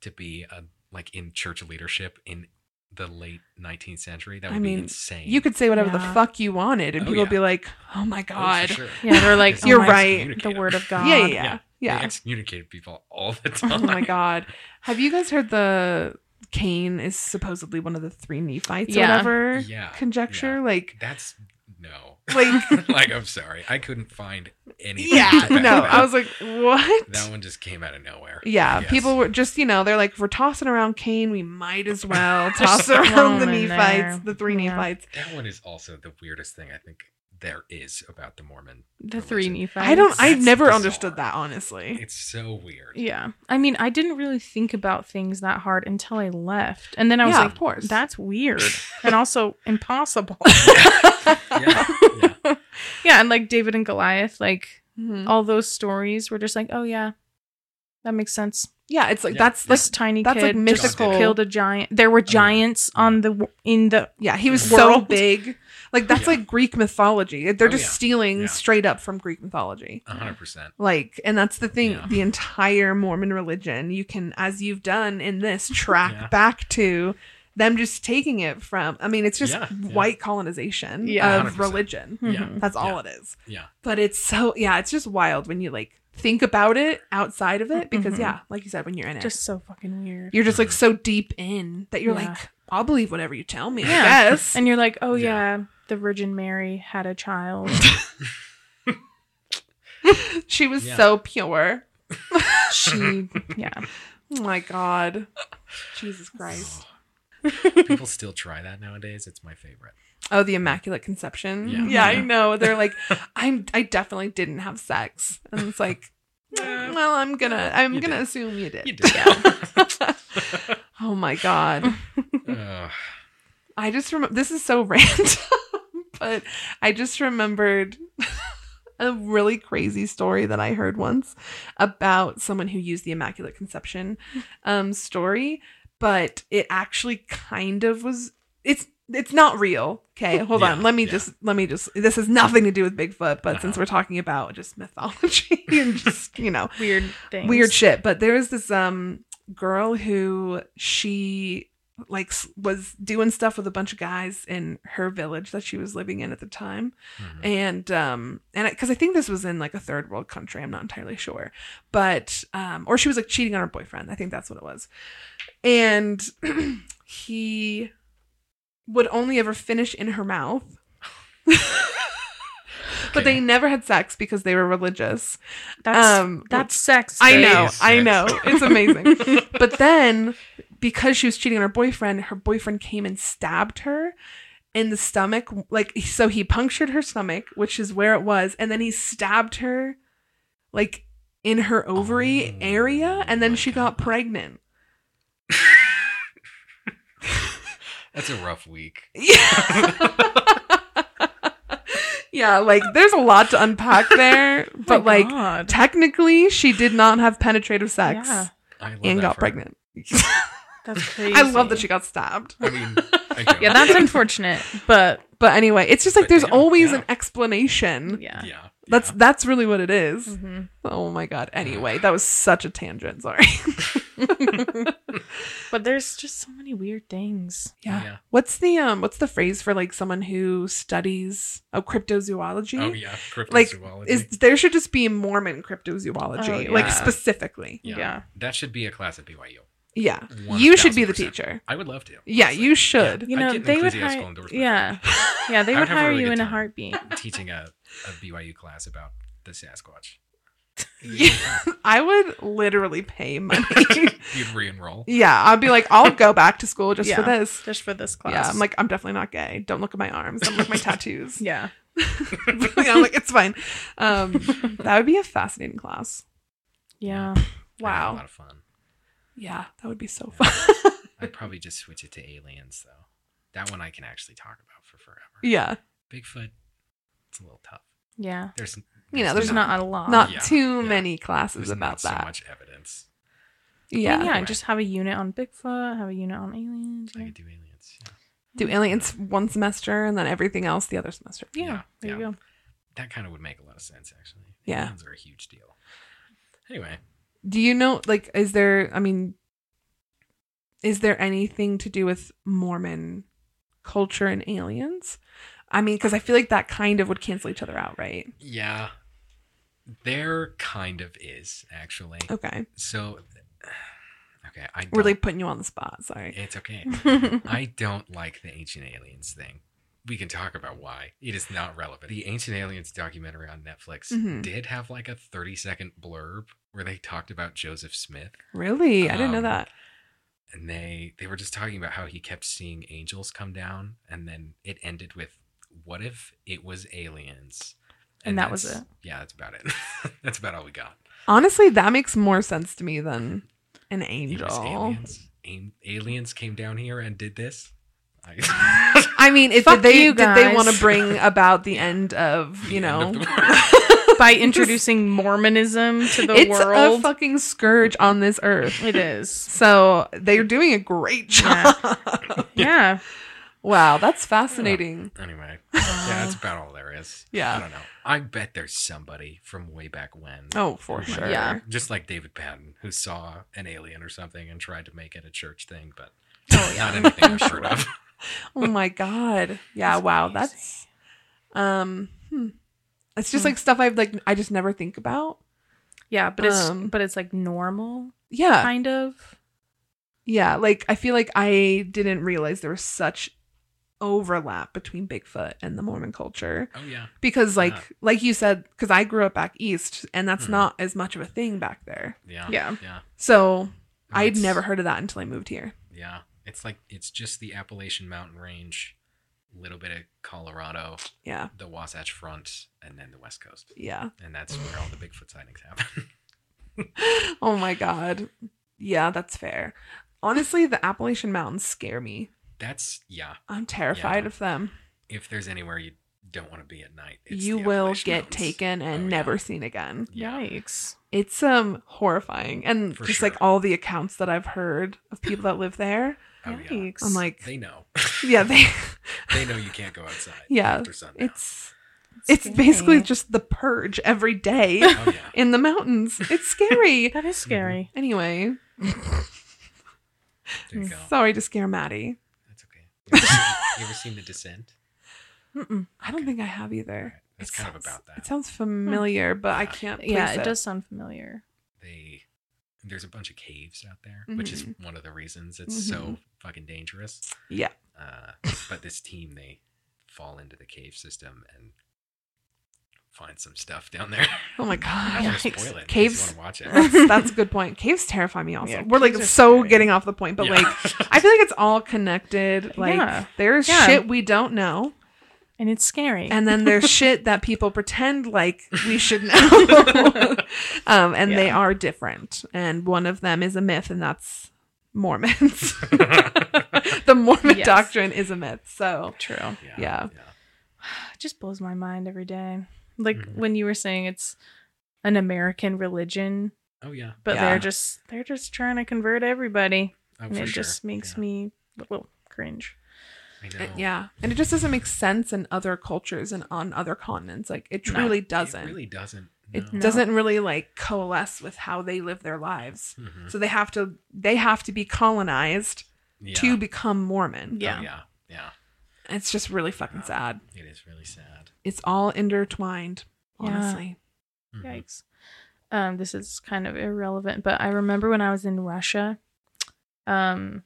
to be a, like in church leadership in the late 19th century. That
I
would
mean,
be insane.
You could say whatever
Yeah.
the fuck you wanted and
Oh,
people would be
yeah.
like, "Oh my
Oh, for
god."
sure.
Yeah, they're like,
Because
You're
they
my-
right.
excommunicate
The
him.
word of God.
Yeah, yeah, yeah.
They
yeah.
excommunicate people all the time.
Oh my god. Have you guys heard the Cain is supposedly one of the three Nephites
Yeah.
or whatever
Yeah,
conjecture?
yeah.
Like
That's no.
like
like I'm sorry, I couldn't find anything.
Yeah.
to back
No.
that
I
up.
was like, what?
That one just came out of nowhere.
yeah,
Yes.
people were just, you know, they're like, we're tossing around Cain. We might as well toss around the
throw 'em in
Nephites,
there.
the three
Yeah.
Nephites.
That one is also the weirdest thing I think there is about the Mormon.
The three
religion.
Nephites.
I don't, I
That's
never
bizarre.
understood that, honestly.
It's so weird.
Yeah. I mean, I didn't really think about things that hard until I left. And then I was
yeah,
like,
of course.
that's weird and also impossible.
Yeah, yeah.
yeah. And like David and Goliath, like
Mhm.
all those stories were just like, oh, yeah, that makes sense.
Yeah, it's like,
Yeah.
that's like,
This tiny
that's, like, Oh,
kid just
mythical.
killed a giant. There were giants on the, w- in the,
yeah, he was so
World.
big. Like, that's
Yeah.
like Greek mythology. They're
Oh,
just
yeah.
stealing
Yeah.
straight up from Greek mythology.
A hundred percent.
Like, and that's the thing,
Yeah.
the entire Mormon religion, you can, as you've done in this, track
Yeah.
back to them just taking it from, I mean, it's just
Yeah, yeah.
white colonization
Yeah.
of
100%.
religion.
Yeah.
Mhm.
That's all it is.
Yeah.
But it's so, yeah, it's just wild when you like think about it outside of it because,
Mhm.
yeah, like you said, when you're in it,
just so fucking weird.
you're just like
Mhm.
so deep in that you're
Yeah.
like, I'll believe whatever you tell me,
Yeah.
I guess.
And you're like, oh,
Yeah.
yeah. the Virgin Mary had a child.
she was
Yeah.
so pure.
she, yeah.
Oh my God. Jesus Christ.
Oh. People still try that nowadays. It's my favorite.
Oh, the Immaculate Conception.
Yeah.
Yeah, I know. They're like, I'm. I definitely didn't have sex, and it's like,
Yeah.
well, I'm gonna. I'm
You
gonna
did.
assume you did.
You did.
Yeah. oh my god.
Uh,
I just remember. This is so random, but I just remembered. A really crazy story that I heard once about someone who used the Immaculate Conception um, story, but it actually kind of was. It's it's not real. Okay, hold
Yeah,
on. Let me
yeah.
just let me just. This has nothing to do with Bigfoot, but since
Uh-huh.
we're talking about just mythology and just you know
Weird things.
weird shit. But there was this um girl who she like s- was doing stuff with a bunch of guys in her village that she was living in at the time
mhm.
and um and because I, think this was in like a third world country i'm not entirely sure but um or she was like cheating on her boyfriend i think that's what it was and he would only ever finish in her mouth but
Okay.
they never had sex because they were religious
That's
um
that's sex.
I
babe.
know, I
Space.
know. It's amazing. but then, because she was cheating on her boyfriend, her boyfriend came and stabbed her in the stomach. Like, so he punctured her stomach, which is where it was, and then he stabbed her, like, in her ovary
Oh,
area, and then
my
she got
God.
pregnant.
That's a rough week.
yeah, like, there's a lot to unpack there,
Oh my
but, like,
God.
technically, she did not have penetrative sex
Yeah,
I love
and
that
got
for-
pregnant.
that's crazy.
I love that she got stabbed.
I mean, I don't-
Yeah, that's unfortunate, but
But anyway, it's just like
But
there's
damn,
always
yeah.
an explanation.
yeah.
yeah.
That's
yeah.
that's really what it is.
Mhm.
Oh my god. Anyway, that was such a tangent. Sorry.
But there's just so many weird things.
yeah.
yeah.
What's the um what's the phrase for like someone who studies oh cryptozoology?
Oh yeah,
Like,
cryptozoology.
Is there should just be Mormon cryptozoology,
Oh, yeah.
like specifically.
yeah.
yeah.
that should be a class at BYU.
Yeah.
One
you should be the
1000%.
teacher.
I would love to.
Yeah,
honestly.
you should.
You
I'd
know,
get an
they would
ecclesiastical
hire.
endorsement.
Yeah, yeah, they
I
would
would have a
hire
really
you
good
in a
time.
heartbeat.
teaching a, a BYU class about the Sasquatch.
Yeah. I would literally pay money.
You'd re-enroll.
yeah, I'd be like, I'll go back to school just for
Yeah.
this.
Just for this class.
Yeah, I'm like, I'm definitely not gay. Don't look at my arms. Don't look at my tattoos.
yeah.
I'm like, it's fine. Um, that would be a fascinating class.
Yeah.
I'd have A
Wow.
lot of fun.
Yeah, that would be so fun.
I'd probably just switch it to aliens though. That one I can actually talk about for forever.
Yeah,
Bigfoot, it's a little tough.
Yeah.
There's,
You know,
There's
not-
not a lot.
not
yeah,
too
yeah.
many classes
there's
about
not so
that.
much evidence.
I
Yeah.
mean, yeah,
Anyway.
just have a unit on Bigfoot, have a unit on aliens.
I
Yeah.
could do aliens. Yeah.
do aliens one semester and then everything else the other semester.
Yeah,
Yeah,
there
yeah.
you go.
That kind of would make a lot of sense actually.
Yeah.
Aliens are a huge deal. Anyway,
Do you know, like, is there? I mean, is there anything to do with Mormon culture and aliens? I mean, because I feel like that kind of would cancel each other out, right?
yeah. There kind of is actually.
Okay,
So okay, I don't-
Oh. really putting you on the spot. Sorry.
it's okay. I don't like the Ancient Aliens thing. We can talk about why. It is not relevant. The Ancient Aliens documentary on Netflix
Mm-hmm.
Mhm.
did have like a 30 second blurb where they talked about Joseph Smith
Really, I didn't know
Um,
that.
and they they were just talking about how he kept seeing angels come down and then it ended with what if it was aliens?
And that was
that's-
it.
Yeah, that's about it. that's about all we got.
Honestly, that makes more sense to me than an
It was
angel.
aliens. Am- aliens came down here and did this. I-
I mean, if
Fuck
did they
you
did they
guys.
want to bring about the end of you
The end
know
of the world.
By introducing Mormonism to the
it's a
world,
fucking scourge on this earth.
it is.
So they're doing a great job.
Yeah.
wow, that's fascinating.
Anyway, yeah, that's about all there is.
Uh-huh. Yeah.
I don't know. I bet there's somebody from way back when.
Oh, for
who might-
sure.
Yeah.
Just like David Patton, who saw an alien or something and tried to make it a church thing, but
Oh,
not anything I've heard of.
Oh my god. Yeah.
That's
wow.
crazy.
That's um. Hmm. It's just
Hmm.
like stuff I've like I just never think about.
Yeah, but it's
Um, uh,
but it's like normal,
Yeah.
kind of.
Yeah, like I feel like I didn't realize there was such overlap between Bigfoot and the Mormon culture
Oh, yeah.
because like
Yeah.
like you said cuz I grew up back east and that's
Mhm.
not as much of a thing back there.
Yeah.
Yeah.
Yeah.
So
No,
I'd
it's-
never heard of that until I moved here.
Yeah. It's like, it's just the Appalachian Mountain Range little bit of Colorado,
Yeah.
the Wasatch Front, and then the West Coast.
Yeah.
And that's where all the Bigfoot sightings happen.
Oh my god. Yeah, that's fair. Honestly, the Appalachian Mountains scare me.
that's yeah.
I'm terrified
Yeah.
of them.
If there's anywhere you don't want to be at night, it's
you
the
will
Appalachian
get
Mountains.
taken and
Oh, yeah.
never seen again.
Yeah.
Yikes.
It's um horrifying. And
For
just
sure.
like all the accounts that I've heard of people that live there,
Oh, yeah.
Yikes.
I'm like
They know.
yeah, they
they know you can't go outside.
Yeah,
After sundown.
it's it's
Scary.
basically just the purge every day
Oh yeah.
in the mountains. It's scary.
That is scary.
anyway,
There you go.
sorry to scare Maddie.
That's okay. You ever, seen, you ever seen The Descent?
Mm-mm.
I don't think I have either.
It's
It
kind of
sounds-
about that.
It sounds familiar, but I
Yeah.
can't. Place
Hmm. Yeah,
it,
it does sound familiar.
they there's a bunch of caves out there, which is
Mm-hmm.
one of the reasons it's so fucking dangerous.
Yeah.
Uh, but this team they fall into the cave system and find some stuff down there.
Oh my
I
god.
don't want to
Yikes.
spoil it.
Caves-
Caves. Want to watch it.
That's, that's a good point. Caves terrify me also.
Yeah,
We're like
caves are
so
scary.
getting off the point, but
Yeah.
like I feel like it's all connected. Like
Yeah.
there's
Yeah.
shit we don't know,
And it's scary.
and then there's shit that people pretend like we should know. um, and they
Yeah.
are different. And one of them is a myth, and that's Mormons. the Mormon
Yes.
doctrine is a myth. So
True.
yeah.
Yeah.
It just blows my mind every day. Like
Mhm.
when you were saying it's an American religion,
Oh yeah.
but
Yeah.
they're just they're just trying to convert everybody.
Oh,
and
for
it
sure.
just makes
Yeah.
me a little cringe.
I know.
it- yeah, and it just doesn't make sense in other cultures and on other continents. Like it
No,
truly
It
doesn't.
really doesn't.
it
No.
doesn't really like coalesce with how they live their lives
Mm-hmm.
Mhm.
so they have to they have to be colonized
Yeah.
to become mormon
Yeah.
Oh, yeah. Yeah.
it's just really fucking sad
It is really sad.
it's all intertwined
Yeah.
honestly
Mhm.
Yikes. Um, this is kind of irrelevant, but I remember when I was in Russia. Um,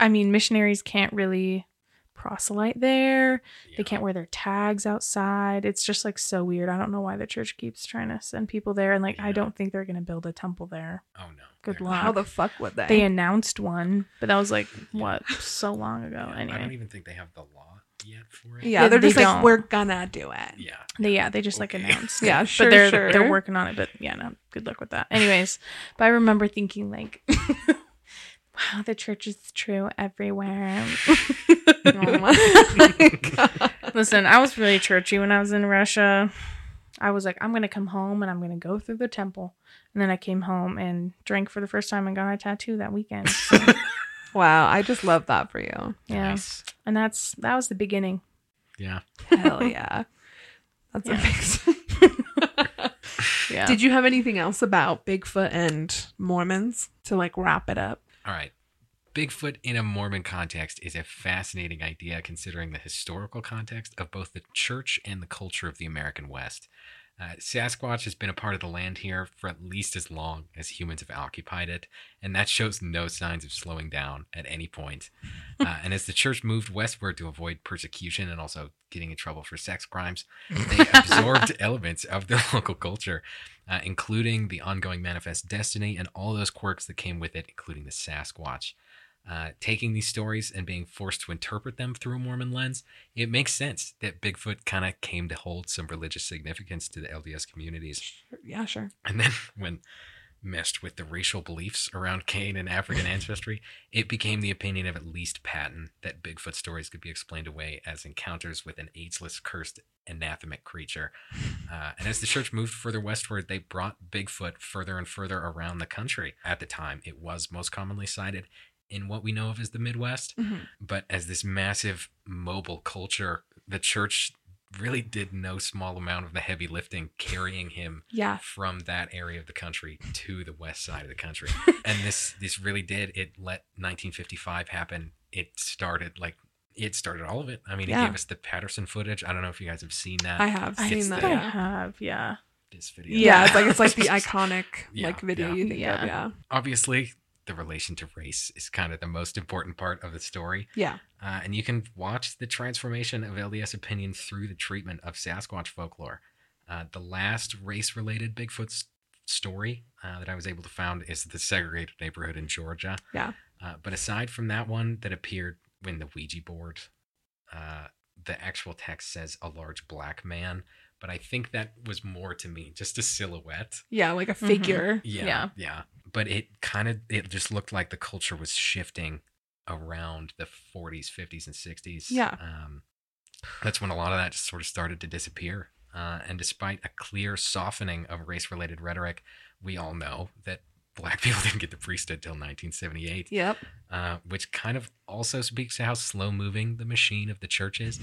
I mean, missionaries can't really proselyte there.
Yeah.
They can't wear their tags outside. It's just like so weird. I don't know why the church keeps trying to send people there, and like I
Yeah.
don't think they're gonna build a temple there.
Oh no.
Good
They're
luck.
how the fuck would they,
They announced one, but that was like what so long ago.
Yeah, I don't
anyway,
even think they have the law yet for it.
yeah,
Yeah,
they're just
they
like
don't.
we're gonna do it
Yeah.
they yeah they just like
Okay.
announced. it.
yeah
But
sure
they're
sure
they're working on it. But yeah, no, good luck with that. Anyways, but I remember thinking like, wow, the church is true everywhere.
oh my God.
Listen, I was really churchy when I was in Russia. I was like, I'm gonna come home and I'm gonna go through the temple. And then I came home and drank for the first time and got a tattoo that weekend. So,
wow i just love that for you
yeah,
Nice.
and that's that was the beginning.
Yeah.
hell yeah that's
Yeah.
amazing
Yeah,
Did you have anything else about Bigfoot and Mormons to like wrap it up?
All right. Bigfoot in a Mormon context is a fascinating idea considering the historical context of both the church and the culture of the American West. Uh, Sasquatch has been a part of the land here for at least as long as humans have occupied it, and that shows no signs of slowing down at any point. Uh, and as the church moved westward to avoid persecution and also getting in trouble for sex crimes, they absorbed elements of the local culture, uh, including the ongoing manifest destiny and all those quirks that came with it, including the Sasquatch. Uh, taking these stories and being forced to interpret them through a Mormon lens, it makes sense that Bigfoot kind of came to hold some religious significance to the LDS communities.
Yeah, sure.
And then when messed with the racial beliefs around Cain and African ancestry, it became the opinion of at least Patton that Bigfoot stories could be explained away as encounters with an ageless, cursed, anathemic creature. Uh, and as the church moved further westward, they brought Bigfoot further and further around the country. At the time, it was most commonly sighted in what we know of as the Midwest but as this massive mobile culture, the church really did no small amount of the heavy lifting carrying him
Yeah.
from that area of the country to the west side of the country. and this this really did it let 1955 happen. It started like it started all of it. I mean,
Yeah.
it gave us the Patterson footage. I don't know if you guys have seen that.
I have
I
seen
it's
that.
I
there.
Yeah.
have yeah.
this video.
Yeah, it's like it's like the iconic
Yeah,
like video you think
yeah.
of. Yeah.
Obviously, the relation to race is kind of the most important part of the story.
Yeah.
Uh, and you can watch the transformation of LDS opinion through the treatment of Sasquatch folklore. Uh, the last race related Bigfoot s- story uh, that I was able to found is the segregated neighborhood in Georgia.
Yeah.
Uh, but aside from that one that appeared when the Ouija board uh, the actual text says a large black man, but I think that was more to me just a silhouette.
Mm-hmm. Yeah, like a
Mhm.
figure.
Yeah, yeah.
Yeah.
But it kind of it just looked like the culture was shifting around the 40s, 50s, and 60s.
Yeah.
Um, that's when a lot of that just sort of started to disappear. Uh, and despite a clear softening of race-related rhetoric, we all know that black people didn't get the priesthood till 1978,
Yep.
uh, which kind of also speaks to how slow-moving the machine of the church is.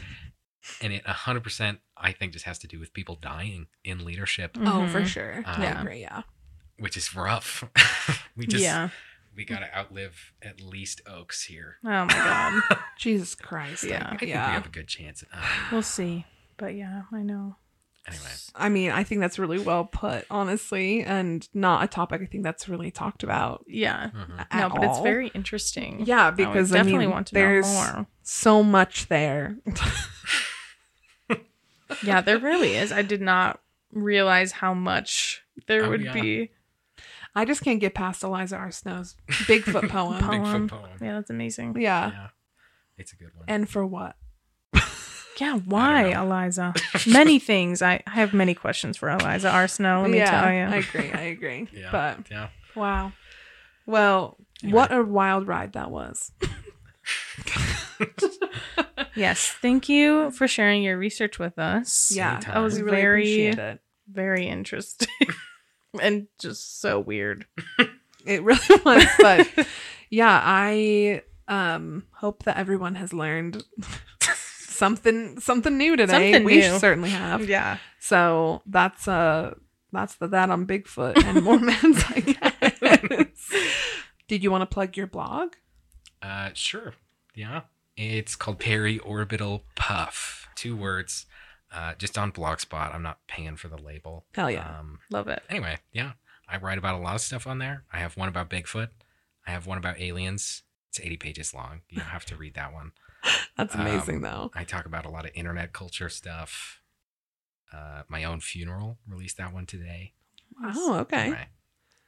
And it 100%, I think, just has to do with people dying in leadership,
Oh, for
Mhm.
sure.
Um,
yeah. Agree, yeah.
which is rough. we just
yeah.
we gotta outlive at least Oaks here.
Oh my god.
Um, Jesus Christ. like,
Yeah. I
I think we
yeah.
have a good chance. Uh,
we'll see. But yeah, I know.
anyway,
I mean, I think that's really well put, honestly, and not a topic I think that's really talked about.
Yeah.
mhm.
at
no, but it's
all.
very interesting.
Yeah,
I would
because I,
definitely
mean,
want to
there's
know more.
so much there.
Yeah, there really is. I did not realize how much there
Oh,
would
yeah.
be.
I just can't get past Eliza R. Snow's Bigfoot poem.
Poem.
Bigfoot poem.
Yeah, that's amazing.
Yeah.
Yeah, it's a good one.
And for what?
Yeah, why,
know.
Eliza? many things. I, I have many questions for Eliza R. Snow, let me
yeah,
tell
I
you.
agree. I agree.
Yeah.
But
yeah,
wow. Well,
Anyway.
what a wild ride that was.
yes, thank you for sharing your research with us.
Yeah.
Anytime.
That was
We really
very
appreciate it.
very interesting and just so weird.
It really was, but yeah, I um hope that everyone has learned something something new today.
Something
we
new.
certainly have.
Yeah.
So that's uh that's the that on Bigfoot and Mormons, I guess. Did you want to plug your blog?
uh, sure. Yeah, it's called Periorbital Puff. Two words. Uh, just on Blogspot. I'm not paying for the label.
Hell Oh, yeah.
Um,
Love it.
anyway, yeah, I write about a lot of stuff on there. I have one about Bigfoot. I have one about aliens. It's 80 pages long. You don't have to read that one.
That's
um,
amazing though.
I talk about a lot of internet culture stuff. Uh, my own funeral released that one today.
Oh, okay.
Anyway,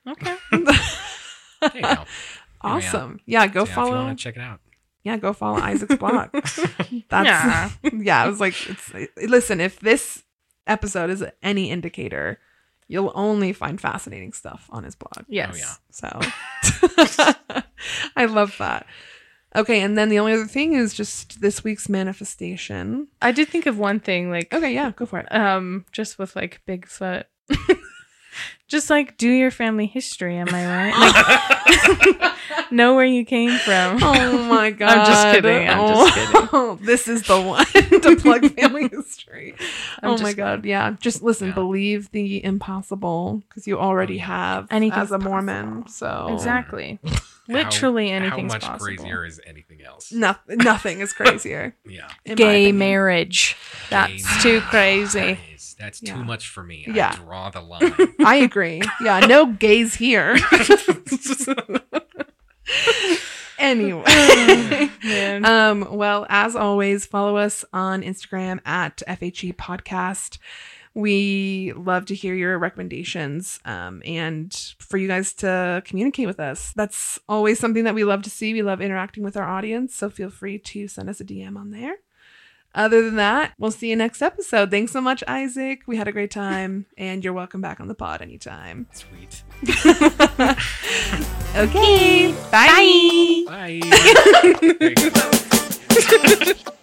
Okay.
Oh,
there you go.
awesome. Yeah, go
Yeah, If you
follow
want to check it out.
Yeah, go follow Isaac's blog. That's yeah. I was like, it's, listen, if this episode is any indicator, you'll only find fascinating stuff on his blog.
Yes.
yeah.
So I love that. Okay, and then the only other thing is just this week's manifestation.
I did think of one thing like
Okay, yeah, go for it.
um just with like Bigfoot. just like do your family history, am I right? Like know where you came from.
Oh my god!
I'm just kidding, I'm just kidding.
kidding. This is the one to plug family history.
I'm
oh
just
my god! Yeah, just listen.
Yeah.
Believe the impossible because you already
Oh, yeah.
have
Anything's
as a Mormon. So
Exactly. Literally
How-
anything's
How much
possible.
crazier is anything else?
Nothing, nothing is crazier.
Yeah.
in my
Gay
opinion.
marriage. That's
Gay
too crazy.
That is- That's
Yeah.
too much for me.
Yeah.
I draw the line.
I agree. Yeah, no gays here. anyway.
Man.
Um, well, as always, follow us on Instagram at FHE Podcast. We love to hear your recommendations um, and for you guys to communicate with us. That's always something that we love to see. We love interacting with our audience, so feel free to send us a DM on there. Other than that, we'll see you next episode. Thanks so much, Isaac. We had a great time, and you're welcome back on the pod anytime.
Sweet.
Okay, bye.
Bye. There you go.